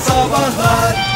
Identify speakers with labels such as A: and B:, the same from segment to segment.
A: Sabahlar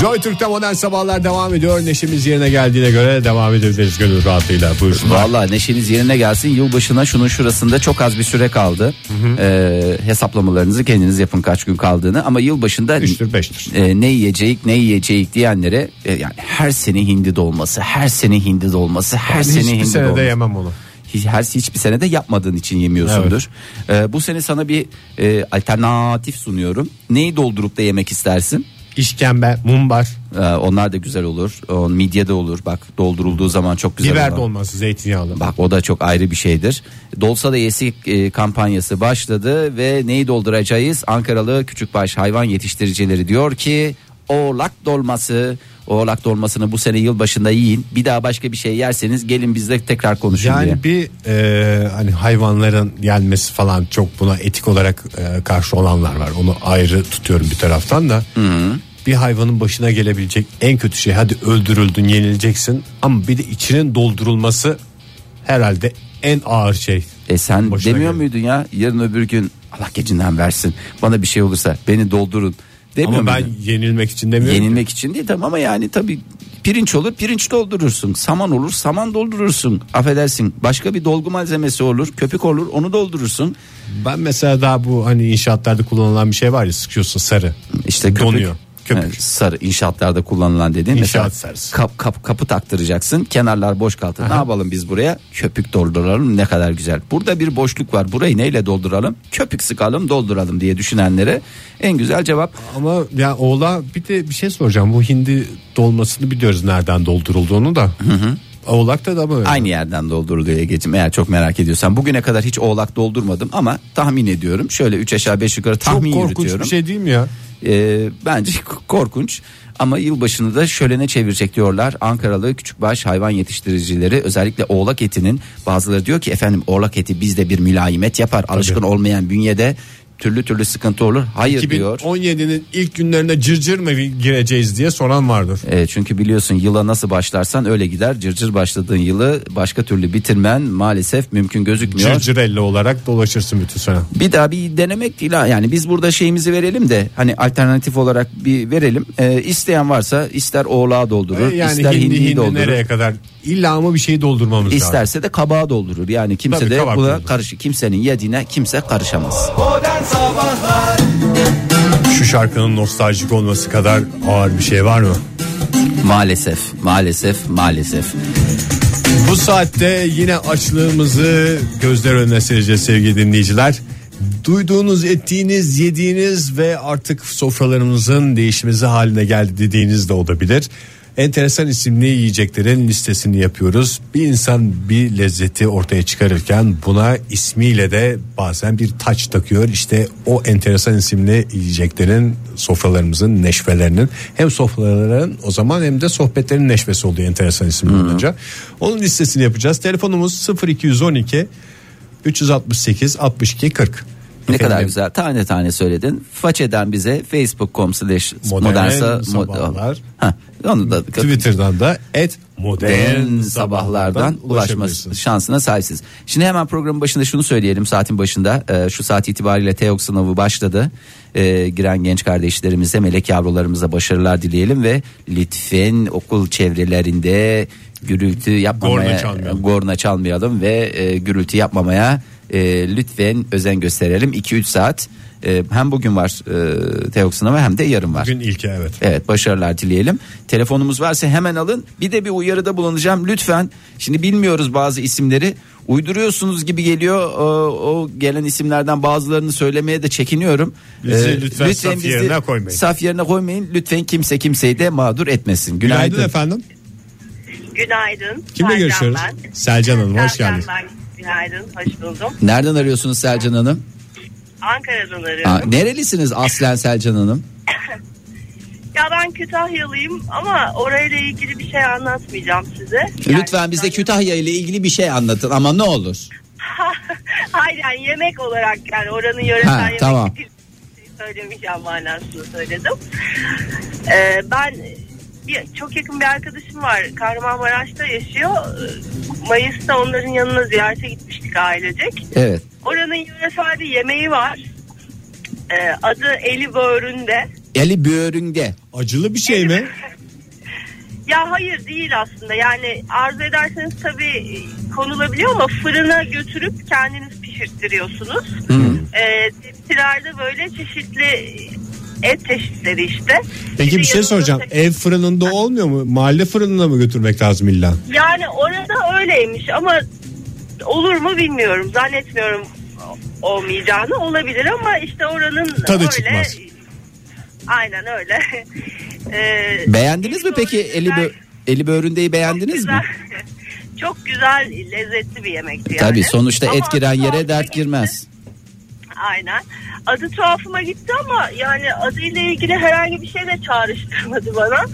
B: Joy Türk'te modern sabahlar devam ediyor. Neşemiz yerine geldiğine göre devam edebiliriz gönül rahatlığıyla. Buyursunlar.
C: Vallahi neşeniz yerine gelsin. Yılbaşına şunun şurasında çok az bir süre kaldı. Ee, hesaplamalarınızı kendiniz yapın kaç gün kaldığını. Ama yılbaşında
B: Üçtür beştir.
C: e, ne yiyecek ne yiyecek diyenlere e, yani her sene hindi dolması, her sene hindi dolması, her sene
B: Hiçbir
C: hindi
B: senede
C: dolması.
B: yemem onu.
C: Hiç, her hiçbir senede yapmadığın için yemiyorsundur. Ee, bu sene sana bir e, alternatif sunuyorum. Neyi doldurup da yemek istersin?
B: İşkembe, mumbar,
C: Ee, onlar da güzel olur. O, midye de olur. Bak doldurulduğu zaman çok güzel
B: biber
C: olan.
B: dolması zeytinyağlı.
C: Bak o da çok ayrı bir şeydir. Dolsa da yesik e, kampanyası başladı ve neyi dolduracağız? Ankaralı küçükbaş hayvan yetiştiricileri diyor ki oğlak dolması. Oğlak dolmasını bu sene yılbaşında yiyin. Bir daha başka bir şey yerseniz gelin bizle tekrar konuşun diye.
B: Yani bir e, hani hayvanların gelmesi falan çok buna etik olarak e, karşı olanlar var. Onu ayrı tutuyorum bir taraftan da. Bir hayvanın başına gelebilecek en kötü şey hadi öldürüldün yenileceksin ama bir de içinin doldurulması herhalde en ağır şey.
C: E sen
B: Başına
C: demiyor
B: geldi.
C: muydun ya yarın öbür gün Allah gecinden versin. Bana bir şey olursa beni doldurun. Demiyor
B: Ama ben
C: muydun?
B: yenilmek için demiyorum. ki.
C: Yenilmek için değil tamam ama yani tabii pirinç olur pirinç doldurursun. Saman olur saman doldurursun. Affedersin başka bir dolgu malzemesi olur köpük olur onu doldurursun.
B: Ben mesela daha bu hani inşaatlarda kullanılan bir şey var ya sıkıyorsun sarı.
C: İşte köpük.
B: Donuyor, köpük.
C: Evet, sarı inşaatlarda kullanılan dediğin
B: İnşaat
C: mesela
B: sarısı.
C: kap, kap, kapı taktıracaksın kenarlar boş kaldı. Ne yapalım biz buraya köpük dolduralım ne kadar güzel. Burada bir boşluk var burayı neyle dolduralım köpük sıkalım dolduralım diye düşünenlere en güzel cevap
B: Ama ya oğla bir de bir şey soracağım. Bu hindi dolmasını biliyoruz nereden doldurulduğunu da. Oğlakta da mı? öyle?
C: Aynı yerden dolduruluyor Ege'cim eğer çok merak ediyorsan. Bugüne kadar hiç oğlak doldurmadım ama tahmin ediyorum. Şöyle 3 aşağı 5 yukarı
B: Çok
C: tahmin
B: korkunç
C: yürütüyorum.
B: bir şey değil mi ya?
C: Ee, bence korkunç ama yılbaşını da şölene çevirecek diyorlar. Ankaralı küçükbaş hayvan yetiştiricileri özellikle oğlak etinin bazıları diyor ki efendim oğlak eti bizde bir mülayimet yapar. Alışkın olmayan bünyede türlü türlü sıkıntı olur. Hayır diyor.
B: 2017'nin ilk günlerine cırcır mı gireceğiz diye soran vardır.
C: E, çünkü biliyorsun yıla nasıl başlarsan öyle gider. Cırcır başladığın yılı başka türlü bitirmen maalesef mümkün gözükmüyor.
B: Cırcırelli olarak dolaşırsın bütün sene.
C: Bir daha bir denemek değil ha. yani biz burada şeyimizi verelim de hani alternatif olarak bir verelim. Ee, isteyen varsa ister oğlağa doldurur,
B: E yani
C: ister
B: hindi, hindi,
C: hindiyi doldurur.
B: nereye kadar? İlla mı bir şey doldurmamız lazım.
C: İsterse de kabağa doldurur. Yani kimse
B: Tabii, kabak
C: de buna
B: doldurur.
C: karışık kimsenin yediğine kimse karışamaz.
A: Modern Sabahlar
B: Şu şarkının nostaljik olması kadar ağır bir şey var mı?
C: Maalesef, maalesef, maalesef.
B: Bu saatte yine açlığımızı gözler önüne sereceğiz sevgili dinleyiciler. Duyduğunuz, ettiğiniz, yediğiniz ve artık sofralarımızın değişimizi haline geldi dediğiniz de olabilir. Enteresan isimli yiyeceklerin listesini yapıyoruz. Bir insan bir lezzeti ortaya çıkarırken buna ismiyle de bazen bir taç takıyor. İşte o enteresan isimli yiyeceklerin sofralarımızın neşvelerinin hem sofraların o zaman hem de sohbetlerin neşvesi oluyor enteresan isimli olunca. Onun listesini yapacağız. Telefonumuz 0212 368 62 40.
C: Ne kadar güzel tane tane söyledin. Façeden bize facebook.com slash
B: Modern
C: modernsa
B: sabahlar.
C: Ha, onu da
B: Twitter'dan da et
C: modern sabahlardan ulaşma şansına sahipsiz. Şimdi hemen programın başında şunu söyleyelim saatin başında. Ee, şu saat itibariyle TEOK sınavı başladı. Ee, giren genç kardeşlerimize, melek yavrularımıza başarılar dileyelim ve lütfen okul çevrelerinde gürültü yapmamaya,
B: Gorna çalmayalım.
C: gorna çalmayalım ve e, gürültü yapmamaya e, lütfen özen gösterelim. 2-3 saat e, hem bugün var e, TEOK sınavı hem de yarın var.
B: Gün ilki evet.
C: Evet başarılar dileyelim. Telefonumuz varsa hemen alın. Bir de bir uyarıda bulunacağım lütfen. Şimdi bilmiyoruz bazı isimleri. Uyduruyorsunuz gibi geliyor. O, o gelen isimlerden bazılarını söylemeye de çekiniyorum. Ee,
B: Bizi lütfen saf yerine koymayın.
C: Saf yerine koymayın. Lütfen kimse kimseyi de mağdur etmesin.
B: Günaydın,
C: Günaydın.
B: efendim.
D: Günaydın.
B: Kimle
D: Sercan
B: görüşüyoruz?
D: Ben.
B: Selcan Hanım hoş
D: Sercan
B: geldiniz.
D: ben. Günaydın. Hoş buldum.
C: Nereden arıyorsunuz Selcan Hanım?
D: Ankara'dan arıyorum.
C: Aa, nerelisiniz aslen Selcan Hanım?
D: Ya ben Kütahyalıyım ama orayla ilgili bir şey anlatmayacağım size. Yani-
C: Lütfen bize Kütahya ile ilgili bir şey anlatın ama ne olur.
D: Aynen yemek olarak yani oranın yöresel
C: Ha,
D: yemek
C: tamam.
D: şekli- söylemeyeceğim manasını söyledim. Ee, ben bir, çok yakın bir arkadaşım var. Kahramanmaraş'ta yaşıyor. Ee, Mayıs'ta onların yanına ziyarete gitmiştik ailecek.
C: Evet.
D: Oranın yöresel bir yemeği var. Ee, adı Eli Böğründe.
C: Eli böğründe.
B: Acılı bir şey mi?
D: Ya hayır değil aslında. Yani arzu ederseniz tabii e, konulabiliyor ama fırına götürüp kendiniz pişirttiriyorsunuz.
B: Hmm.
D: Ee, tepsilerde böyle çeşitli e, et çeşitleri işte.
B: Peki bir şey
D: yanında
B: soracağım.
D: tabii-
B: Ev fırınında olmuyor mu? Mahalle fırınına mı götürmek lazım illa?
D: Yani orada öyleymiş ama olur mu bilmiyorum. Zannetmiyorum olmayacağını olabilir ama işte oranın
B: Tadı
D: öyle.
B: çıkmaz.
D: Aynen öyle. Ee,
C: Beğendiniz mi peki eli
D: böğründeler-
C: bö- eli böğründeyi beğendiniz mi?
D: Güzel. Çok güzel, lezzetli bir yemekti yani.
C: Tabii sonuçta
D: Ama
C: et giren
D: adı
C: yere
D: tuhafıma
C: dert
D: gitti.
C: girmez.
D: Aynen. Adı tuhafıma gitti ama yani adıyla ilgili herhangi bir şey de çağrıştırmadı bana.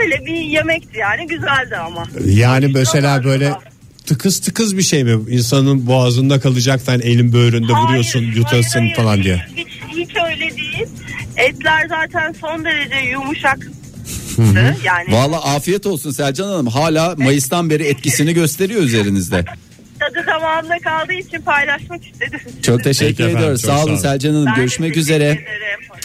D: Öyle bir yemekti yani güzeldi ama.
B: Yani mesela
D: Yok,
B: böyle
D: yok.
B: tıkız tıkız bir şey mi? İnsanın boğazında kalacaktan elin böğründe vuruyorsun
D: Hayır,
B: yutasın
D: hayır,
B: falan
D: hayır.
B: diye.
D: Hiç, hiç öyle değil. Etler zaten son derece yumuşak. Yani
C: Valla afiyet olsun Selcan Hanım. Hala Mayıs'tan beri etkisini gösteriyor üzerinizde.
D: tadı damağımda kaldığı için paylaşmak istedim.
C: Çok teşekkür
B: Peki efendim,
C: ediyoruz.
B: çok
C: Sağ
B: sağ
C: olun
B: olun.
C: Selcan Hanım.
D: Ben de
C: Görüşmek
D: teşekkür
C: üzere.
D: ederim.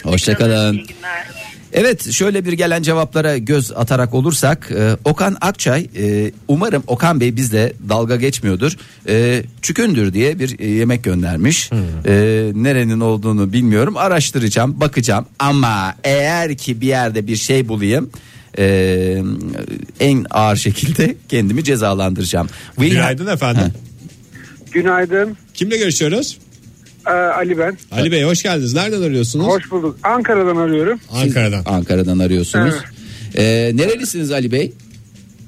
C: Hoşça kalın.
D: İyi günler.
C: Evet şöyle bir gelen cevaplara göz atarak olursak e, Okan Akçay e, umarım Okan Bey bizle dalga geçmiyordur. E, çükündür diye bir e, yemek göndermiş. E, nerenin olduğunu bilmiyorum araştıracağım bakacağım ama eğer ki bir yerde bir şey bulayım e, en ağır şekilde kendimi cezalandıracağım. We
B: Günaydın efendim.
E: Günaydın.
B: Kimle görüşüyoruz?
E: Ee, Ali ben.
B: Ali Bey hoş geldiniz. Nereden arıyorsunuz?
E: Hoş bulduk. Ankara'dan arıyorum.
B: Ankara'dan.
C: Ankara'dan arıyorsunuz.
E: Evet.
C: E, nerelisiniz Ali Bey?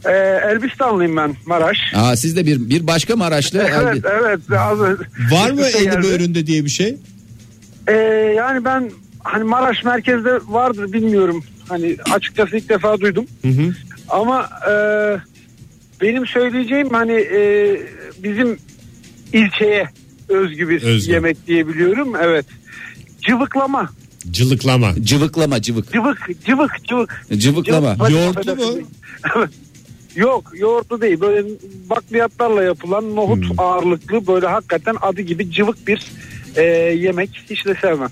E: Ee, Elbistanlıyım ben. Maraş.
C: Aa, siz de bir bir başka Maraşlı. Elbi-
E: Evet evet. Az önce-
B: Var mı
E: Yerde.
B: eli böğründe diye bir şey?
E: Ee, yani ben hani Maraş merkezde vardır bilmiyorum. Hani açıkçası ilk defa duydum. Ama e, benim söyleyeceğim hani e, bizim ilçeye özgü bir
B: Özgü.
E: yemek diyebiliyorum. Evet. Cıvıklama.
B: Cılıklama.
C: Cıvıklama cıvık.
E: Cıvık, cıvık, cıvık.
C: Cıvıklama.
E: Cıvık-
B: Yoğurtlu mu?
E: Yok, yoğurtlu değil. Böyle bakliyatlarla yapılan nohut
B: Hmm.
E: ağırlıklı böyle hakikaten adı gibi cıvık bir e, yemek. Hiç de sevmem.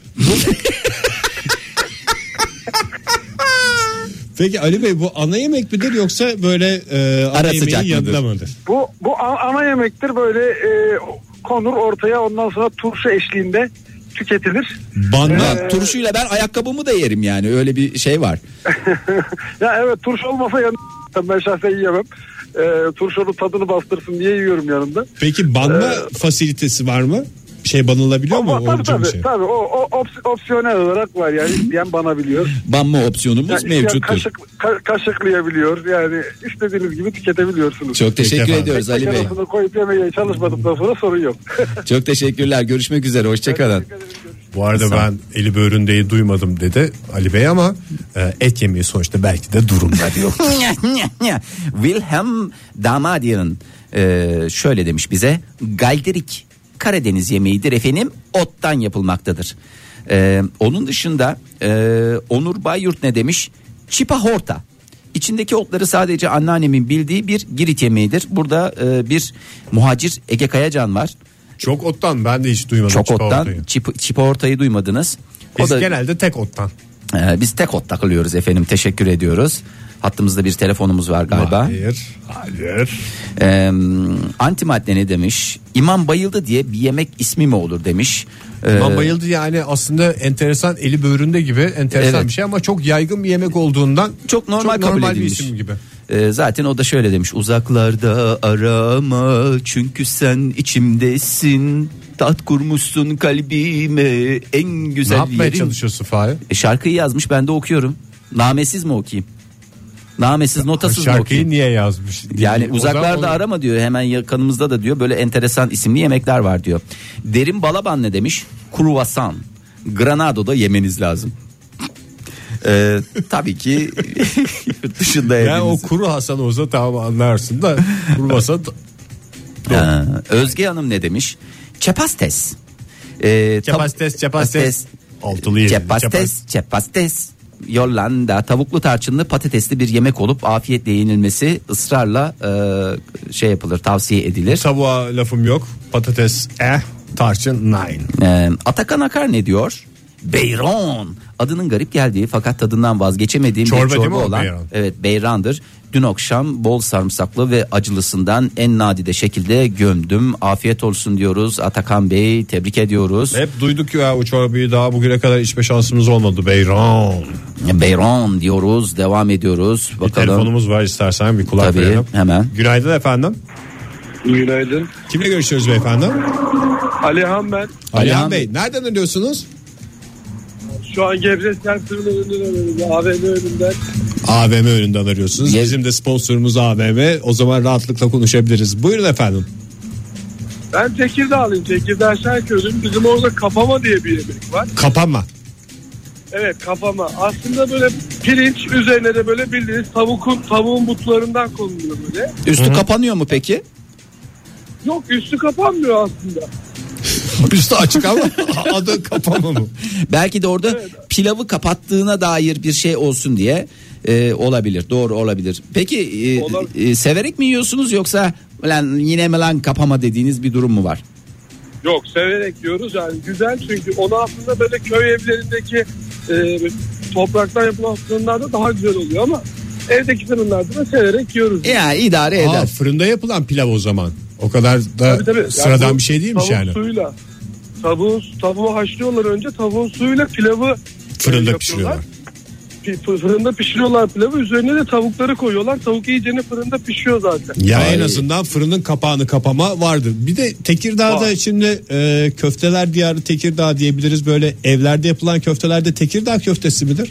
B: Peki Ali Bey bu ana yemek midir yoksa böyle e, ana
C: Ara
B: yemeğin
C: sıcak
B: yanında
C: mıdır?
B: mıdır?
E: Bu bu a- ana yemektir böyle e, konur ortaya ondan sonra turşu eşliğinde tüketilir. E,
B: Banma.
C: Ulan Ee, turşuyla ben ayakkabımı da yerim yani öyle bir şey var.
E: ya evet turşu olmasa yan ben şahsen yiyemem. E, turşunun tadını bastırsın diye yiyorum yanında.
B: Peki banma fasilitesi var mı? Bir şey banılabiliyor mu?
E: Ama tabii
B: Olacak bir
E: tabii,
B: şey.
E: tabii o, o ops- opsiyonel olarak var yani diyen bana biliyor.
C: Banma opsiyonumuz
E: Yani isteyen
C: mevcuttur.
E: kaşık, ka- kaşıklayabiliyor yani istediğiniz gibi tüketebiliyorsunuz.
C: Çok teşekkür
B: Peki efendim.
C: ediyoruz Ali Bey.
E: Arasını koyup yemeye çalışmadıktan sonra sorun yok.
C: Çok teşekkürler. Görüşmek üzere. Hoşçakalın.
B: Bu arada ben eli böğründeyi duymadım dedi Ali Bey ama e, et yemeği sonuçta belki de durumda diyor.
C: Wilhelm Damadian e, şöyle demiş bize. Galderik Karadeniz yemeğidir efendim. Ottan yapılmaktadır. E, onun dışında e, Onur Bayyurt ne demiş? Çipa horta. İçindeki otları sadece anneannemin bildiği bir Girit yemeğidir. Burada e, bir muhacir Ege Kayacan var.
B: Çok ottan ben de hiç duymadım.
C: Çok
B: çikolata
C: ottan
B: yiyor.
C: çip, çipa ortayı duymadınız. O
B: Biz
C: da,
B: genelde tek ottan.
C: e, biz tek ot takılıyoruz efendim teşekkür ediyoruz. Hattımızda bir telefonumuz var galiba.
B: Hayır. Hayır.
C: E, antimadde ne demiş? İmam bayıldı diye bir yemek ismi mi olur demiş. E,
B: Ben bayıldı yani aslında enteresan eli böğründe gibi enteresan
C: Evet.
B: bir şey ama çok yaygın bir yemek olduğundan
C: Çok normal kabul edilmiş.
B: bir isim gibi.
C: e, zaten o da şöyle demiş. Uzaklarda arama çünkü sen içimdesin. Tat kurmuşsun kalbime en
B: Ne
C: güzel
B: yapmaya
C: yerin.
B: çalışıyorsun Fahir?
C: E, şarkıyı yazmış ben de okuyorum. Namesiz mi okuyayım? Namesiz notasız mı okuyayım?
B: Şarkıyı niye yazmış?
C: Yani
B: Değil mi? O
C: uzaklarda
B: zaman-
C: arama diyor hemen yakınımızda da diyor böyle enteresan isimli yemekler var diyor. Derin Balaban ne demiş? Kruvasan. Granado'da yemeniz lazım. Ee, É, tabii ki yurt dışında
B: Yani o
C: yediğiniz-
B: kuru Hasan Oğuz'a tamam anlarsın da kuru Hasan
C: Ha, Ee, Özge Hanım ne demiş? Çepastes. Ee, tab-
B: Çepastes, çepastes. Altılı yedi.
C: Çepastes, çepastes. Yolanda tavuklu tarçınlı patatesli bir yemek olup afiyetle yenilmesi ısrarla e, şey yapılır tavsiye edilir.
B: Tavuğa lafım yok. Patates eh, tarçın nine.
C: Ee, Atakan Akar ne diyor? Beyran adının garip geldiği fakat tadından vazgeçemediğim
B: Çorba
C: bir
B: değil mi
C: çorba
B: o
C: olan
B: beyran?
C: evet beyrandır. Dün akşam bol sarımsaklı ve acılısından en nadide şekilde gömdüm. Afiyet olsun diyoruz Atakan Bey tebrik ediyoruz.
B: Hep duyduk ya o çorbayı daha bugüne kadar içme şansımız olmadı Beyran.
C: Beyran diyoruz devam ediyoruz.
B: Bir
C: Bakalım
B: telefonumuz var istersen bir kulak
C: Tabii,
B: verelim.
C: hemen.
B: Günaydın efendim.
F: Günaydın.
B: Kimle görüşüyoruz beyefendi?
F: Alihan ben.
B: Alihan Bey nereden arıyorsunuz?
F: Şu an Gebze Center'ın önünden arıyorum. AVM önünden.
B: AVM önünden arıyorsunuz.
C: Ye-
B: Bizim de sponsorumuz AVM. O zaman rahatlıkla konuşabiliriz. Buyurun efendim.
F: Ben Tekirdağlıyım. Tekirdağ Şarköy'düm. Bizim orada kapama diye bir yemek var.
B: Kapanma.
F: Evet kapama. Aslında böyle pirinç üzerine de böyle bildiğiniz tavukun tavuğun butlarından konuluyor böyle.
C: üstü kapanıyor mu peki?
F: Yok üstü kapanmıyor aslında.
B: Üstü açık ama adı kapama mı?
C: Belki de orada pilavı kapattığına dair bir şey olsun diye e, olabilir. Doğru olabilir. Peki e,
F: Olabilir.
C: e, severek mi yiyorsunuz yoksa lan yine mi lan kapama dediğiniz bir durum mu var?
F: Yok severek diyoruz yani güzel çünkü onu aslında böyle köy evlerindeki e, topraktan yapılan fırınlarda daha güzel oluyor ama evdeki fırınlarda da severek yiyoruz.
B: E
C: Ya idare eder.
B: Aa, fırında yapılan pilav o zaman. O kadar da
F: Tabii, tabii. Yani
B: sıradan
F: bu
B: bir şey değilmiş
F: tavuğun
B: yani.
F: Suyuyla, tavuğun, tavuğu haşlıyorlar önce tavuğun suyuyla pilavı
B: Fırında
F: e,
B: pişiriyorlar.
F: Pi- Fırında pişiriyorlar pilavı üzerine de tavukları koyuyorlar. Tavuk iyicene fırında pişiyor zaten.
B: Ya
C: Ay.
B: en azından fırının kapağını kapama vardır. Bir de Tekirdağ'da
F: Var.
B: şimdi e, köfteler diyarı Tekirdağ diyebiliriz. Böyle evlerde yapılan köftelerde Tekirdağ köftesi midir?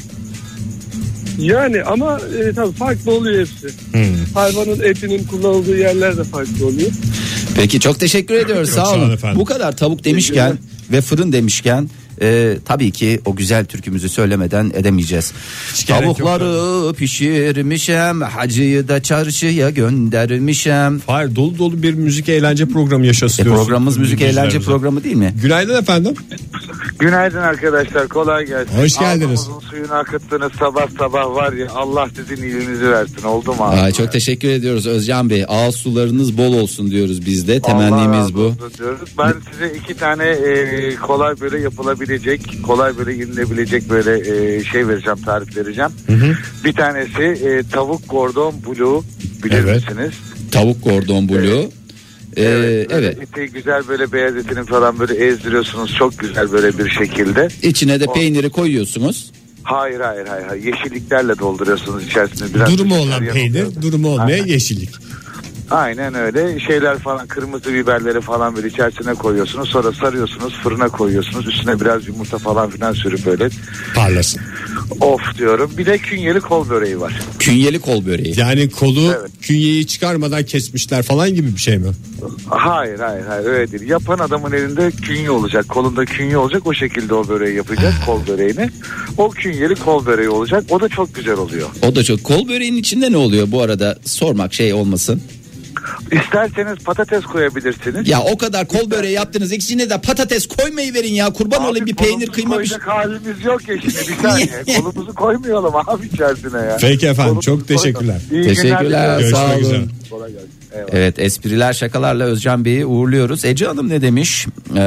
F: Yani ama e, tabii farklı oluyor hepsi.
B: Hmm.
F: Hayvanın etinin kullanıldığı yerler de farklı oluyor.
C: Peki çok teşekkür ediyoruz.
B: sağ
C: Sağ
B: olun
C: olun.
B: efendim.
C: Bu kadar tavuk demişken ve fırın demişken e, tabii ki o güzel türkümüzü söylemeden edemeyeceğiz.
B: gerek yok
C: Tavukları pişirmişem, hacıyı da çarşıya göndermişem.
B: Hayır dolu dolu bir müzik eğlence programı
C: E,
B: yaşasın.
C: programımız müzik eğlence programı değil mi?
B: Günaydın efendim.
G: Günaydın arkadaşlar kolay gelsin.
B: Hoş geldiniz.
G: Ağzınızın suyunu akıttınız sabah sabah var ya Allah sizin iyiliğinizi versin oldu mu? abi?
C: Ay, çok teşekkür ediyoruz Özcan Bey. Ağız sularınız bol olsun diyoruz biz de.
G: Allah
C: Temennimiz
G: razı
C: bu.
G: olsun diyoruz. Ben size iki tane e, kolay böyle yapılabilecek, kolay böyle yenilebilecek böyle e, şey vereceğim, tarif vereceğim. Bir tanesi e, tavuk gordon blue bilir
B: Evet.
G: misiniz?
C: Tavuk kordon blue. Ee, evet,
G: böyle Eti güzel böyle beyaz etini falan böyle ezdiriyorsunuz çok güzel böyle bir şekilde.
C: İçine de peyniri koyuyorsunuz.
G: Hayır hayır hayır, hayır. yeşilliklerle dolduruyorsunuz içerisinde. E, Biraz
B: Durumu
G: şeker
B: olan peynir,
G: yanıltıyorsunuz.
B: durumu olmayan
G: Aynen.
B: yeşillik.
G: Aynen öyle şeyler falan kırmızı biberleri falan böyle içerisine koyuyorsunuz sonra sarıyorsunuz fırına koyuyorsunuz üstüne biraz yumurta falan filan sürüp öyle
B: Parlasın.
G: of diyorum bir de künyeli kol böreği var.
C: Künyeli kol böreği.
B: Yani kolu
G: Evet.
B: künyeyi çıkarmadan kesmişler falan gibi bir şey mi?
G: Hayır hayır hayır öyle değil yapan adamın elinde künye olacak kolunda künye olacak o şekilde o böreği yapacak
C: Ah.
G: kol böreğini o künyeli kol böreği olacak o da çok güzel oluyor.
C: O da çok. Kol böreğinin içinde ne oluyor bu arada? Sormak şey olmasın.
G: İsterseniz patates koyabilirsiniz.
C: Ya o kadar kol böreği yaptınız. İçine de patates koymayı verin ya. Kurban olayım bir peynir
G: kolumuzu
C: kıyma bir şey.
G: koyacak halimiz yok ya şimdi bir saniye. kolumuzu koymayalım abi içerisine ya.
B: Peki efendim, çok
G: koyalım.
B: teşekkürler.
G: İyi
C: Teşekkürler,
G: günler diliyorum.
B: Görüşmek
C: sağ olun.
B: üzere.
G: Kolay gelsin. Eyvallah.
C: Evet espriler şakalarla Özcan Bey'i uğurluyoruz. Ece Hanım ne demiş? Ee,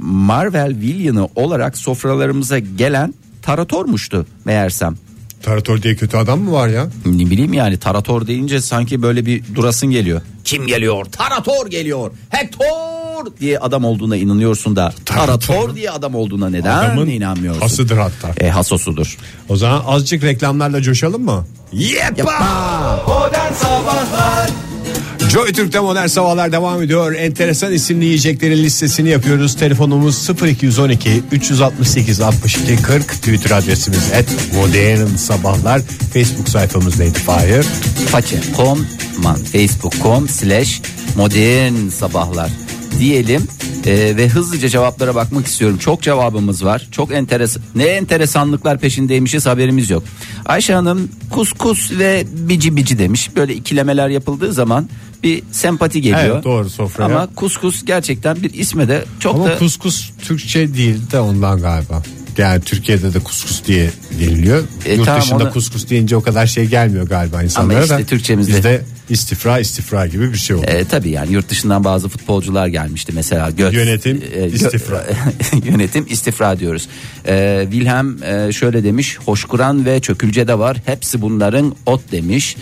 C: Marvel villain'ı olarak sofralarımıza gelen taratormuştu meğersem.
B: Tarator diye kötü adam mı var ya?
C: Ne bileyim yani tarator deyince sanki böyle bir durasın geliyor. Kim geliyor? Tarator geliyor. Hector diye adam olduğuna inanıyorsun da tarator diye adam olduğuna neden inanmıyorsun?
B: hasıdır hatta.
C: E hasosudur.
B: O zaman azıcık reklamlarla coşalım mı?
H: Modern Sabahlar
B: Joy Türk'te modern sabahlar devam ediyor. Enteresan isimli yiyeceklerin listesini yapıyoruz. Telefonumuz 0212 368 62 40. Twitter adresimiz et modern sabahlar. Facebook sayfamız neydi Fahir?
C: Façe.com man facebook.com slash modern sabahlar diyelim Ee, ve hızlıca cevaplara bakmak istiyorum. Çok cevabımız var. Çok enteresan. Ne enteresanlıklar peşindeymişiz haberimiz yok. Ayşe Hanım kuskus ve bici bici demiş. Böyle ikilemeler yapıldığı zaman bir sempati geliyor.
B: Evet, doğru sofraya.
C: Ama kuskus gerçekten bir isme de çok
B: Ama
C: da
B: kuskus Türkçe değil de ondan galiba. Yani Türkiye'de de kuskus diye deniliyor.
C: E,
B: Yurt
C: tamam,
B: dışında
C: onu-
B: kuskus deyince o kadar şey gelmiyor galiba insanlara
C: işte
B: da.
C: Türkçemizde-
B: Bizde istifra istifra gibi bir şey oldu.
C: E, tabii yani yurt dışından bazı futbolcular gelmişti mesela. Götz, E,
B: Yönetim,
C: gö-
B: istifra.
C: yönetim istifra diyoruz. E, Wilhelm e, şöyle demiş. Hoşkuran ve çökülce de var. Hepsi bunların ot demiş.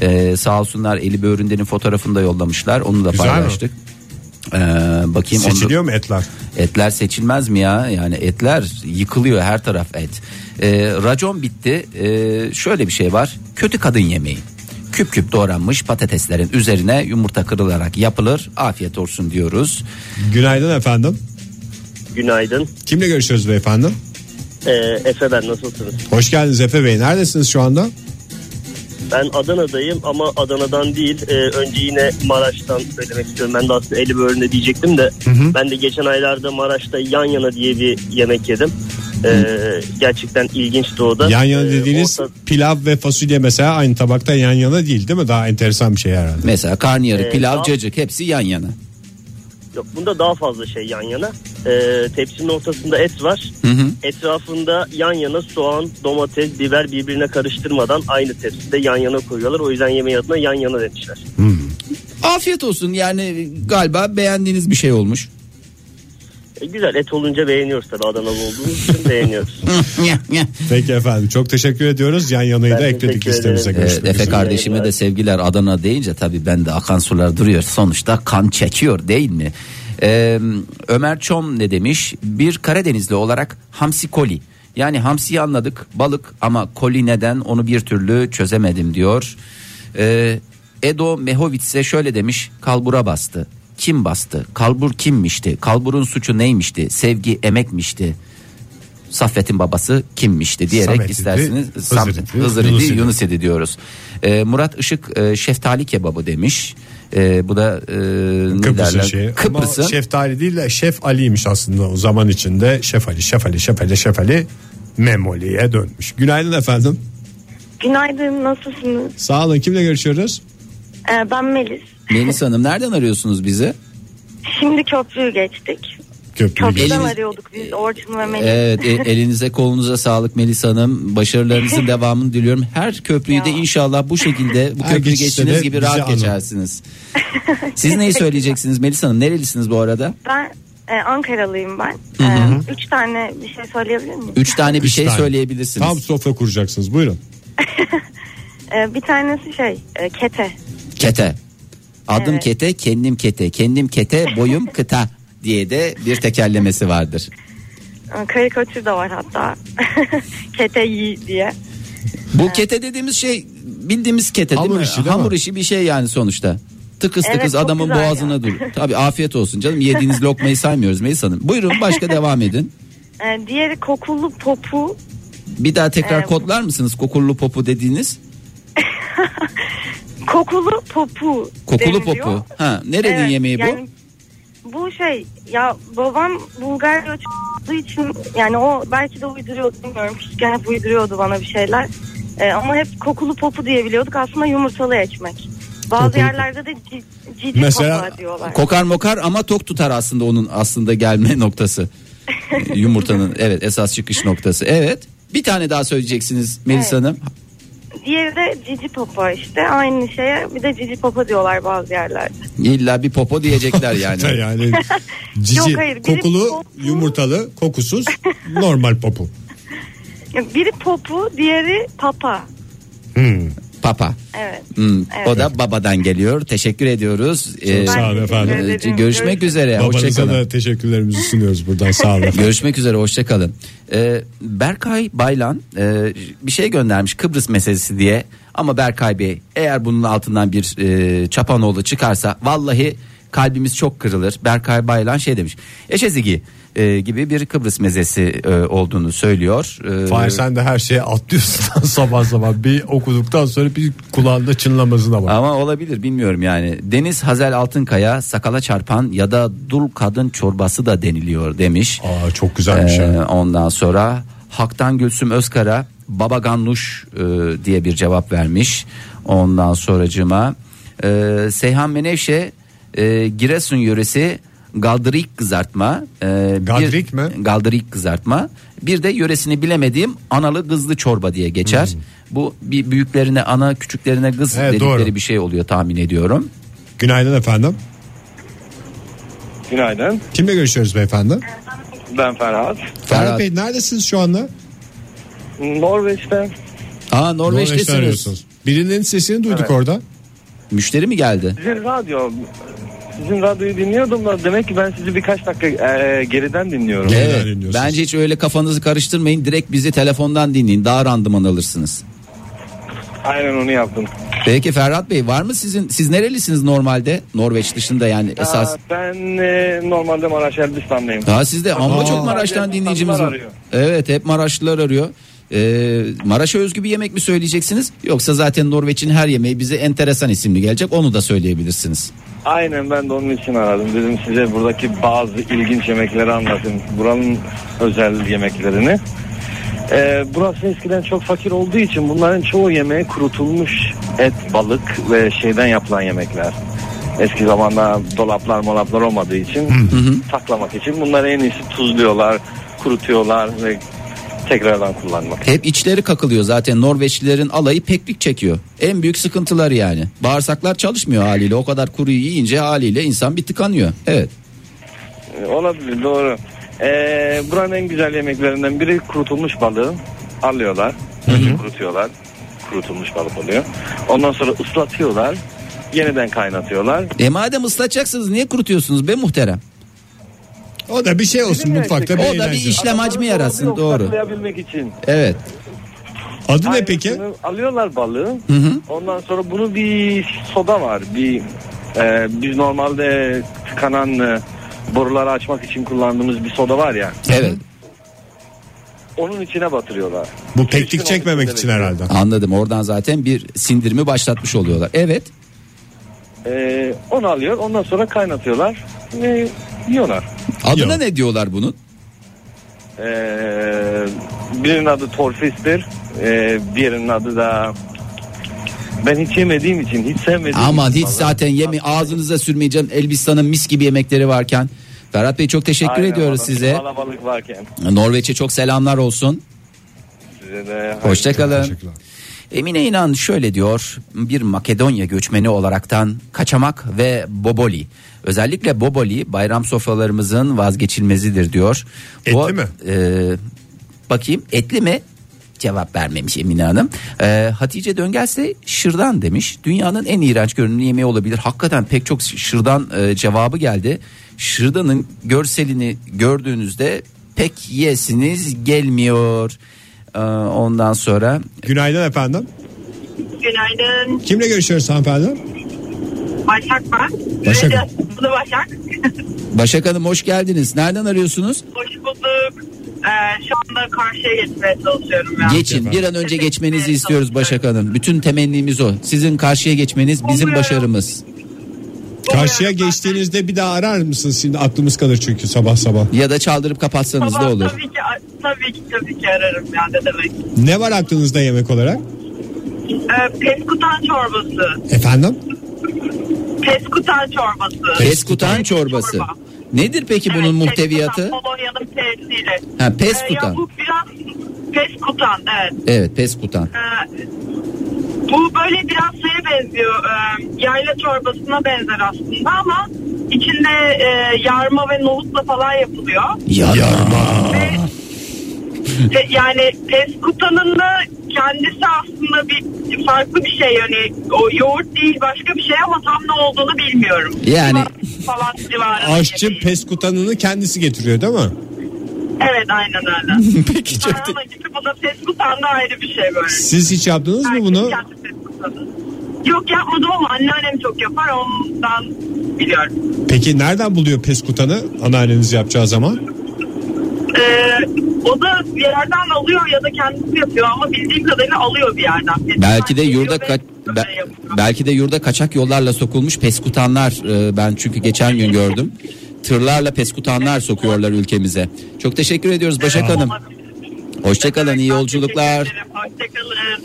C: E, sağ olsunlar Eli Böğründen'in fotoğrafını da yollamışlar. Onu da
B: Güzel mi?
C: paylaştık. E, bakayım onu da-
B: Seçiliyor mu etler?
C: Etler seçilmez mi ya? Yani etler yıkılıyor her taraf et. Ee, racon bitti. Ee, şöyle bir şey var. Kötü kadın yemeği. Küp küp doğranmış patateslerin üzerine yumurta kırılarak yapılır. Afiyet olsun diyoruz.
B: Günaydın efendim.
I: Günaydın.
B: Kimle görüşüyoruz beyefendi?
I: Ee, Efe ben nasılsınız?
B: Hoş geldiniz Efe Bey. Neredesiniz şu anda?
I: Ben Adana'dayım ama Adana'dan değil. e, önce yine Maraş'tan söylemek istiyorum. Ben de aslında eli böğründe diyecektim de. Ben de geçen aylarda Maraş'ta yan yana diye bir yemek yedim. Ee, gerçekten ilginçti o da.
B: Yan yana
I: Ee,
B: dediğiniz
I: orta-
B: pilav ve fasulye mesela aynı tabakta yan yana değil değil mi? Daha enteresan bir şey herhalde.
C: Mesela karnıyarık,
I: Ee,
C: pilav,
I: tam-
C: cacık hepsi yan yana.
I: Yok bunda daha fazla şey yan yana. Ee, tepsinin ortasında et var.
C: Hı hı.
I: Etrafında yan yana soğan, domates, biber birbirine karıştırmadan aynı tepside yan yana koyuyorlar. O yüzden yemeğin adına yan yana demişler.
C: Afiyet olsun yani galiba beğendiğiniz bir şey olmuş.
I: E, güzel et olunca beğeniyoruz tabii Adanalı olduğumuz için beğeniyoruz.
C: Nyeh, nyeh.
B: Peki efendim çok teşekkür ediyoruz. Yan yanayı
I: Ben
B: da ekledik
I: teşekkür
B: listemize.
I: ederim.
C: Evet,
B: Görüşmek
C: Ee, Efe
B: üzere.
C: kardeşime de sevgiler Adana deyince tabii bende akan sular duruyor. Sonuçta kan çekiyor değil mi? Ee, Ömer Çom ne demiş? Bir Karadenizli olarak hamsi koli. Yani hamsiyi anladık balık ama koli neden onu bir türlü çözemedim diyor. Ee, Edo Mehovits'e şöyle demiş kalbura bastı. Kim bastı? Kalbur kimmişti? Kalburun suçu neymişti? Sevgi emekmişti. Saffet'in babası kimmişti diyerek
B: Samet idi,
C: isterseniz
B: Hızır
C: Sam-
B: idi,
C: Hızır
B: Yunus
C: idi,
B: idi.
C: Yunus Yunus Edi diyoruz. Ee, Murat Işık e, şeftali kebabı demiş. Ee, bu da e, ne
B: Kıbrıs'ın
C: derler?
B: şeyi.
C: Kıbrıs'ın
B: Ama şeftali değil de Şef Ali'ymiş aslında o zaman içinde. Şef Ali, Şef Ali, Şef Ali, Şef Ali Memoli'ye dönmüş. Günaydın efendim.
J: Günaydın nasılsınız?
B: Sağ olun. Kimle görüşüyoruz?
J: Ee, ben Melis.
C: Melis Hanım nereden arıyorsunuz bizi?
J: Şimdi köprüyü geçtik.
B: Köprüyü
J: Köprüden
B: geçtik.
C: Eliniz- Ee,
J: arıyorduk biz Orçun ve Melis.
C: Evet e- elinize kolunuza sağlık Melis Hanım. Başarılarınızın devamını diliyorum. Her köprüyü de
J: Ya.
C: inşallah bu şekilde bu
B: Her
C: köprüyü
B: geçişte
C: geçtiğiniz
B: de
C: gibi
B: bizi
C: rahat
B: anın.
C: geçersiniz. Siz neyi söyleyeceksiniz Melis Hanım? Nerelisiniz bu arada?
J: Ben e, Ankaralıyım ben. Ee, üç tane bir şey söyleyebilir miyim?
C: Üç tane bir
B: Üç
C: şey
B: tane.
C: söyleyebilirsiniz.
B: Tam sofra kuracaksınız. Buyurun.
J: Ee, bir tanesi şey e, kete.
C: Kete. Adım
J: Evet.
C: kete, kendim kete, kendim kete, boyum kıta diye de bir tekerlemesi vardır.
J: Ee, Karikatür de var hatta. kete yi diye.
C: Bu kete dediğimiz şey bildiğimiz kete değil
B: Hamur
C: mi?
B: işi değil
C: Hamur
B: mi?
C: işi bir şey yani sonuçta. Tıkız
J: Evet,
C: tıkız
J: çok
C: adamın
J: güzel
C: boğazına
J: ya.
C: dur. Tabii afiyet olsun canım. Yediğiniz lokmayı saymıyoruz Melisa Hanım. Buyurun başka devam edin.
J: Ee, diğeri kokulu popu.
C: Bir daha tekrar
J: Evet.
C: kodlar mısınız? Kokullu popu dediğiniz.
J: Kokulu popu.
C: Kokulu
J: deniliyor.
C: popu. Ha, nerenin
J: Evet,
C: yemeği bu?
J: yani bu şey ya babam Bulgarya olduğu için yani o belki de uyduruyordu bilmiyorum. Küçükken hep uyduruyordu bana bir şeyler. Ee, ama hep kokulu popu diye biliyorduk. Aslında yumurtalı ekmek. Bazı
B: Kokulu
J: yerlerde de ci- cici
B: Mesela
J: kafa diyorlar.
C: Kokar mokar ama tok tutar aslında onun aslında gelme noktası. Ee, Yumurtanın evet esas çıkış noktası. Evet. Bir tane daha söyleyeceksiniz Melisa Hanım.
J: Diğeri de cici papa işte. Aynı şeye bir de cici papa diyorlar bazı yerlerde.
C: İlla bir popo diyecekler yani.
B: yani cici,
J: Yok, hayır, biri
B: kokulu,
J: popu.
B: yumurtalı, kokusuz, normal popu.
J: Ya Biri popu, diğeri papa.
B: Hmm.
C: Papa.
J: Evet.
C: Hmm,
J: Evet.
C: O da babadan geliyor. Teşekkür ediyoruz. Ee,
B: sağ olun efendim.
J: teşekkür ederim.
C: Görüşmek üzere.
B: Babanıza
C: Hoşçakalın.
B: da teşekkürlerimizi sunuyoruz buradan. Sağ olun efendim.
C: Görüşmek üzere hoşçakalın. Ee, Berkay Baylan e, bir şey göndermiş Kıbrıs meselesi diye. Ama Berkay Bey eğer bunun altından bir e, çapanoğlu çıkarsa vallahi kalbimiz çok kırılır. Berkay Baylan şey demiş. Eşezigi e, gibi bir Kıbrıs mezesi e, olduğunu söylüyor. Ee,
B: Fahir sen de her şeye atlıyorsun sabah sabah. Bir okuduktan sonra bir kulağında çınlamasına bak.
C: Ama olabilir bilmiyorum yani. Deniz Hazel Altınkaya sakala çarpan ya da dul kadın çorbası da deniliyor demiş.
B: Aa, çok güzelmiş
C: Ee,
B: ya.
C: ondan sonra Hak'tan Gülsüm Özkara Baba Gannuş e, diye bir cevap vermiş. Ondan sonracıma e, Seyhan Menevşe e, Giresun yöresi Galdırik kızartma. e, bir-
B: Galdırik mi?
C: Galdırik kızartma. Bir de yöresini bilemediğim analı kızlı çorba diye geçer. Bu bir büyüklerine ana küçüklerine kız
B: Hmm. Evet,
C: dedikleri
B: doğru.
C: bir şey oluyor tahmin ediyorum.
B: Günaydın efendim.
K: Günaydın.
B: Kimle görüşüyoruz beyefendi?
K: Ben Ferhat.
B: Ferhat Bey neredesiniz şu anda?
K: Norveç'ten
C: Aa
B: Norveç'ten
C: Norveç'tesiniz.
B: arıyorsunuz. Birinin sesini duyduk
K: Evet.
B: orada.
C: Müşteri mi geldi?
K: sizin radyo sizin radyoyu dinliyordum da demek ki ben sizi birkaç dakika e, geriden dinliyorum.
B: Geriden dinliyorsunuz.
C: Bence hiç öyle kafanızı karıştırmayın. Direkt bizi telefondan dinleyin. Daha randıman alırsınız.
K: Aynen onu yaptım.
C: Peki Ferhat Bey var mı sizin siz nerelisiniz normalde? Norveç dışında yani esas.
K: Aa, ben e, normalde Maraş Elbistan'dayım.
C: Daha sizde ama
K: Aa.
C: çok Maraş'tan dinleyicimiz var.
K: Maraşlılar arıyor.
C: Evet hep Maraşlılar arıyor. Ee, Maraş'a özgü bir yemek mi söyleyeceksiniz? Yoksa zaten Norveç'in her yemeği bize enteresan isimli gelecek. Onu da söyleyebilirsiniz.
K: Aynen ben de onun için aradım. Dedim size buradaki bazı ilginç yemekleri anlatayım. Buranın özel yemeklerini. E, burası eskiden çok fakir olduğu için bunların çoğu yemeği kurutulmuş et, balık ve şeyden yapılan yemekler. Eski zamanda dolaplar molaplar olmadığı için saklamak için bunları en iyisi tuzluyorlar, kurutuyorlar ve tekrardan kullanmak.
C: Hep içleri kakılıyor zaten Norveçlilerin alayı peklik çekiyor. En büyük sıkıntıları yani. Bağırsaklar çalışmıyor haliyle. O kadar kuruyu yiyince haliyle insan bir tıkanıyor. Evet.
K: E, Olabilir doğru. Ee, buranın en güzel yemeklerinden biri kurutulmuş balığı alıyorlar. önce kurutuyorlar. Kurutulmuş balık oluyor. Ondan sonra ıslatıyorlar. Yeniden kaynatıyorlar.
C: E madem ıslatacaksınız niye kurutuyorsunuz be muhterem?
B: O da bir şey olsun
K: Bizim
B: mutfakta bir
K: eksik.
C: O da bir
B: eğlence.
C: işlem hacmi yarasın
K: Yok,
C: doğru.
K: saklayabilmek için.
C: Evet.
B: Adı ne
K: Aynısını
B: peki?
K: Alıyorlar balığı.
C: Hı hı.
K: Ondan sonra bunu bir soda var. Bir e, biz normalde tıkanan e, boruları açmak için kullandığımız bir soda var ya.
C: Evet.
K: Onun içine batırıyorlar.
B: Bu
K: Keşke
B: peklik
K: onu
B: çekmemek için
K: beklemek.
B: herhalde.
C: Anladım. Oradan zaten bir sindirimi başlatmış oluyorlar. Evet.
K: Ee, onu alıyor ondan sonra kaynatıyorlar ve yiyorlar.
C: Adına
B: Yok.
C: ne diyorlar bunun?
K: Ee, birinin adı torfistir, ee, diğerinin adı da ben hiç yemediğim için hiç sevmediğim
C: Aman
K: için
C: E, hiç
K: vallahi.
C: zaten yemi ağzınıza sürmeyeceğim. Elbistan'ın mis gibi yemekleri varken. Ferhat Bey çok teşekkür
K: Aynen,
C: ediyoruz
K: balık-
C: size.
K: Kalabalık varken
C: Norveç'e çok selamlar olsun.
K: size de
C: Hoşçakalın.
B: Teşekkürler.
C: Emine İnan şöyle diyor. Bir Makedonya göçmeni olaraktan kaçamak ve boboli. Özellikle boboli bayram sofralarımızın vazgeçilmezidir diyor.
B: Etli mi?
C: e, bakayım etli mi? Cevap vermemiş Emine Hanım. E, Hatice Döngelse şırdan demiş. Dünyanın en iğrenç görünümlü yemeği olabilir. Hakikaten pek çok şırdan e, cevabı geldi. Şırdanın görselini gördüğünüzde pek yesiniz gelmiyor. E, ondan sonra
B: Günaydın efendim.
A: Günaydın.
B: Kimle görüşüyoruz hanımefendi?
A: Başak ben.
B: Başak.
A: Bunu Başak.
C: Başak Hanım hoş geldiniz. Nereden arıyorsunuz?
A: Hoş bulduk. Ee, şu anda karşıya geçmeye çalışıyorum ya.
C: Geçin. Bir an önce
A: Teşekkür
C: geçmenizi
A: ederim.
C: istiyoruz Başak Hanım. Bütün temennimiz o. Sizin karşıya geçmeniz bizim
A: Umuyorum.
C: başarımız.
B: Karşıya geçtiğinizde bir daha arar mısınız? Şimdi aklımız kalır çünkü sabah sabah.
C: Ya da çaldırıp kapatsanız da
A: Sabah
C: olur.
A: Tabii ki, tabii ki, tabii ki ararım ya ne demek.
B: Ne var aklınızda yemek olarak?
A: Ee, peskutan çorbası.
B: Efendim?
A: Peskutan çorbası.
C: Peskutan çorbası.
A: Çorba.
C: Nedir peki bunun
A: Evet,
C: muhteviyatı?
A: Peskutan, Polonya'nın P'siyle.
C: Ha,
A: Ee, ya
C: peskutan.
A: bu biraz peskutan evet.
C: Evet peskutan.
A: Ee, bu böyle biraz şeye benziyor. ee, yayla çorbasına benzer aslında ama içinde e, yarma ve nohutla falan yapılıyor.
C: Yarma.
A: Ve ve yani peskutanın da kendisi aslında bir farklı bir şey yani o yoğurt değil başka bir şey ama tam ne olduğunu bilmiyorum.
C: Yani-
A: falan civarı.
B: Aşçı peskutanını kendisi getiriyor değil mi?
A: Evet aynen öyle.
C: peki çok
A: Ama gibi buna peskutan da ayrı bir şey böyle.
B: Siz hiç yaptınız mı
A: Herkes
B: bunu?
A: kendi peskutanı. Yok yapmadım ama anneannem çok yapar ondan biliyorum.
B: Peki nereden buluyor peskutanı anneanneniz yapacağı zaman?
A: Ee, o da bir yerden alıyor ya da kendisi yapıyor ama bildiğim kadarıyla alıyor bir yerden.
C: Belki de
A: Geliyor
C: yurda
A: ve
C: ka-
A: böyle
C: be-
A: yapıyor.
C: belki de yurda kaçak yollarla sokulmuş peskutanlar e, ben çünkü geçen gün gördüm. Tırlarla peskutanlar sokuyorlar ülkemize. Çok teşekkür ediyoruz Başak Hanım. Hoşçakalın iyi yolculuklar.
A: Hoşçakalın.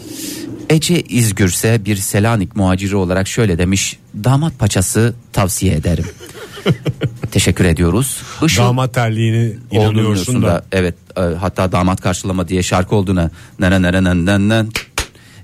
C: Ece İzgürse bir Selanik muhaciri olarak şöyle demiş. Damat paçası tavsiye ederim. Teşekkür ediyoruz. Işıl
B: Damat terliğini inanıyorsun
C: olduğunu
B: da.
C: Evet e, hatta damat karşılama diye şarkı olduğuna. Nana nana nan nan nan.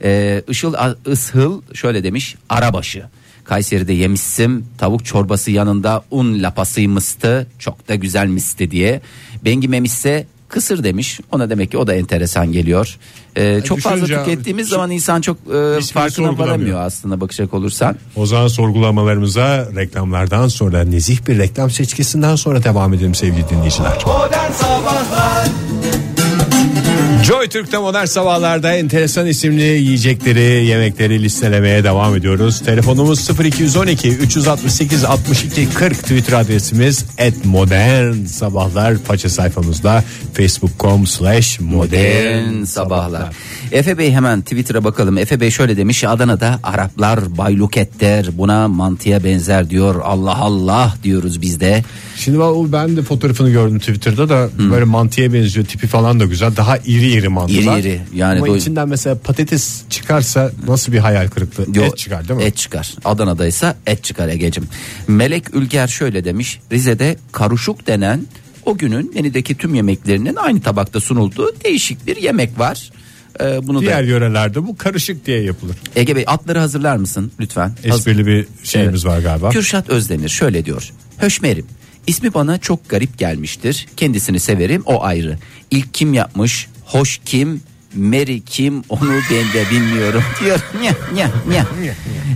C: E, Işıl A- Ishıl şöyle demiş. Arabaşı. Kayseri'de yemişsim. Tavuk çorbası yanında un lapasıymıştı. Çok da güzelmişti diye. Bengi memişse kısır demiş. Ona demek ki o da enteresan geliyor. E, çok fazla
B: düşününce-
C: tükettiğimiz zaman insan çok e,
B: Hiçbiri
C: farkına varamıyor
B: sorgulamıyor.
C: aslında bakacak olursan.
B: O zaman sorgulamalarımıza reklamlardan sonra nezih bir reklam seçkisinden sonra devam edelim sevgili dinleyiciler.
A: Modern Sabahlar
B: Joy Türk'te modern sabahlarda enteresan isimli yiyecekleri, yemekleri listelemeye devam ediyoruz. Telefonumuz 0212 368 62 40 Twitter adresimiz @modernSabahlar modern sabahlar faça sayfamızda facebook.com slash modern
C: Modern sabahlar. Efe Bey hemen Twitter'a bakalım. Efe Bey şöyle demiş. Adana'da Araplar bayluketter buna mantıya benzer diyor. Allah Allah Ah diyoruz biz de.
B: Şimdi ben, o- ben de fotoğrafını gördüm Twitter'da da böyle mantıya benziyor tipi falan da güzel. Daha iri iri mantılar.
C: İri iri, yani
B: Ama
C: doy-
B: içinden mesela patates çıkarsa nasıl bir hayal kırıklığı?
C: Yo,
B: Et çıkar değil mi?
C: Et çıkar. Adana'daysa et çıkar Ege'cim. Melek Ülker şöyle demiş. Rize'de karuşuk denen o günün menüdeki tüm yemeklerinin aynı tabakta sunulduğu değişik bir yemek var. Ee, bunu
B: Diğer
C: da
B: yörelerde bu karışık diye yapılır.
C: Ege Bey atları hazırlar mısın lütfen? Hazır-
B: Esprili bir şeyimiz
C: Evet.
B: var galiba.
C: Kürşat Özdemir şöyle diyor. Höşmerim. İsmi bana çok garip gelmiştir. Kendisini severim o ayrı. İlk kim yapmış? Hoş kim? Meri kim? Onu ben de bilmiyorum diyor. Nya, nya, nya.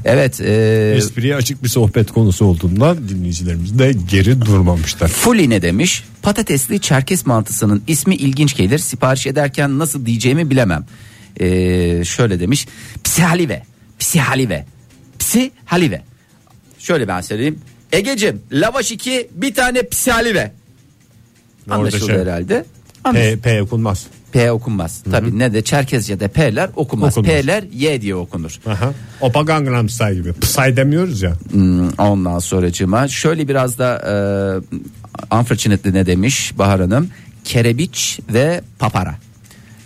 C: evet. E,
B: Espriye açık bir sohbet konusu olduğundan dinleyicilerimiz de geri durmamışlar.
C: Fuli ne demiş? Patatesli Çerkes mantısının ismi ilginç gelir. Sipariş ederken nasıl diyeceğimi bilemem. Ee, şöyle demiş. Psi halive. Psi halive. Psi halive. Şöyle ben söyleyeyim. Egecim lavaş 2 bir tane psi halive.
B: Orada
C: Anlaşıldı
B: şey-
C: herhalde. Anlaşıldı.
B: P, P okunmaz.
C: P okunmaz. Tabii ne de Çerkezce'de P'ler okunmaz.
B: Okunmaz.
C: P'ler Y diye okunur.
B: Aha. Opa Gangnam Style gibi. Psy demiyoruz ya.
C: Hmm, Ondan sonracığıma şöyle biraz da e, unfortunately ne demiş Bahar Hanım? Kerebiç ve papara.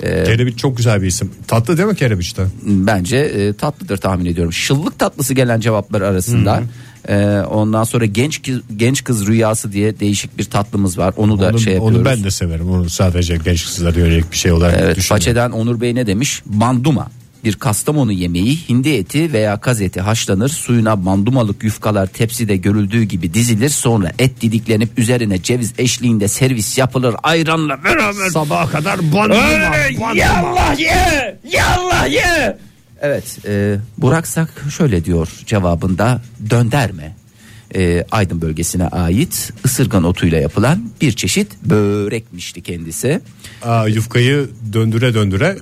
C: E,
B: Kerebiç çok güzel bir isim. Tatlı değil mi kerebiç de?
C: Bence e, tatlıdır tahmin ediyorum. Şıllık tatlısı gelen cevaplar arasında. E, ondan sonra genç kız, genç kız rüyası diye değişik bir tatlımız var. Onu da
B: Onu,
C: şey yapıyoruz.
B: onu ben de severim. Onu sadece genç kızlara yönelik bir şey olarak
C: Evet,
B: düşünüyorum.
C: façeden Onur Bey ne demiş? Banduma. Bir kastamonu yemeği hindi eti veya kaz eti haşlanır suyuna bandumalık yufkalar tepside görüldüğü gibi dizilir sonra et didiklenip üzerine ceviz eşliğinde servis yapılır ayranla beraber
B: Sabaha kadar banduma, banduma.
C: Yallah ye! Yallah ye! Evet, e, Burak Sak şöyle diyor cevabında dönderme. E, Aydın bölgesine ait ısırgan otuyla yapılan bir çeşit börekmişti kendisi.
B: Aa, yufkayı döndüre döndüre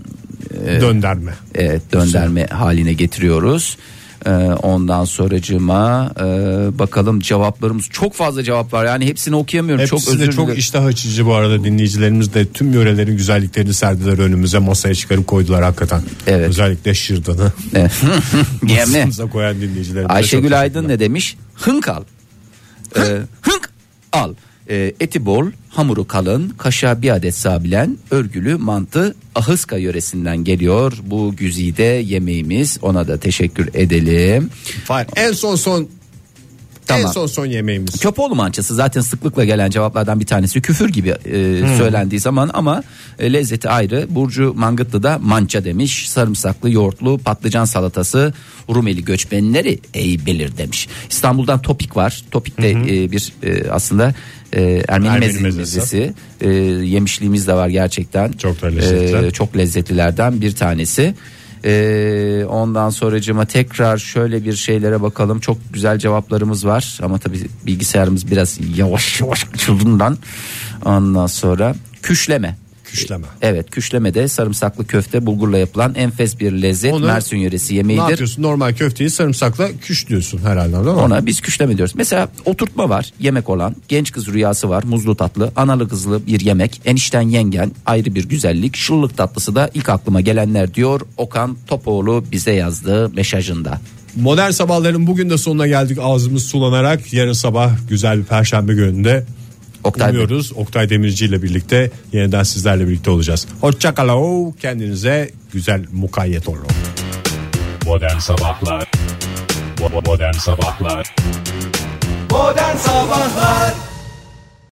B: dönderme.
C: E, Evet, dönderme haline getiriyoruz. E, ondan sonracığıma e, bakalım cevaplarımız çok fazla cevap var. Yani hepsini okuyamıyorum.
B: Hepsi
C: çok özür
B: de
C: dilerim.
B: çok iştah açıcı bu arada dinleyicilerimiz de tüm yörelerin güzelliklerini serdiler önümüze masaya çıkarıp koydular hakikaten.
C: Evet.
B: Özellikle şırdanı.
C: Yemli.
B: Masamıza koyan dinleyicilerimiz.
C: Ayşegül Aydın ne demiş? Hınk al. Ee, hınk al. Ee, eti bol, hamuru kalın, kaşığa bir adet sabilen, örgülü mantı Ahıska yöresinden geliyor. Bu güzide yemeğimiz. Ona da teşekkür edelim.
B: Fahir, en son son en
C: Tamam.
B: son son yemeğimiz.
C: Köpoğlu mançası zaten sıklıkla gelen cevaplardan bir tanesi küfür gibi e, söylendiği zaman ama e, lezzeti ayrı. Burcu Mangıtlı da mança demiş. Sarımsaklı, yoğurtlu, patlıcan salatası Rumeli göçmenleri ey belir demiş. İstanbul'dan Topik var. Topik de e, bir e, aslında e, Ermeni,
B: Ermeni
C: mezesi.
B: mezesi.
C: mezesi. E, yemişliğimiz de var gerçekten.
B: Çok da lezzetli.
C: E, çok lezzetlilerden bir tanesi. Ee, ondan sonracıma tekrar şöyle bir şeylere bakalım. Çok güzel cevaplarımız var ama tabii bilgisayarımız biraz yavaş yavaş açıldığından. Ondan sonra küşleme.
B: Küşleme.
C: Evet küşleme de sarımsaklı köfte bulgurla yapılan enfes bir lezzet.
B: Onu-
C: Mersin yöresi
B: Ne
C: yemeğidir.
B: yapıyorsun? Normal köfteyi sarımsakla küşlüyorsun herhalde değil mi?
C: Ona biz küşleme diyoruz. Mesela oturtma var, yemek olan, genç kız rüyası var, muzlu tatlı, analı kızlı bir yemek, enişten yengen ayrı bir güzellik, şıllık tatlısı da ilk aklıma gelenler diyor Okan Topoğlu bize yazdığı mesajında.
B: Modern sabahların bugün de sonuna geldik ağzımız sulanarak. Yarın sabah güzel bir perşembe gününde
C: Oktay Bey.
B: umuyoruz. Oktay Demirci ile birlikte yeniden sizlerle birlikte olacağız. Hoşçakalın. Kendinize güzel mukayyet olun.
L: Modern Sabahlar Bo- bo- Modern Sabahlar
A: Modern Sabahlar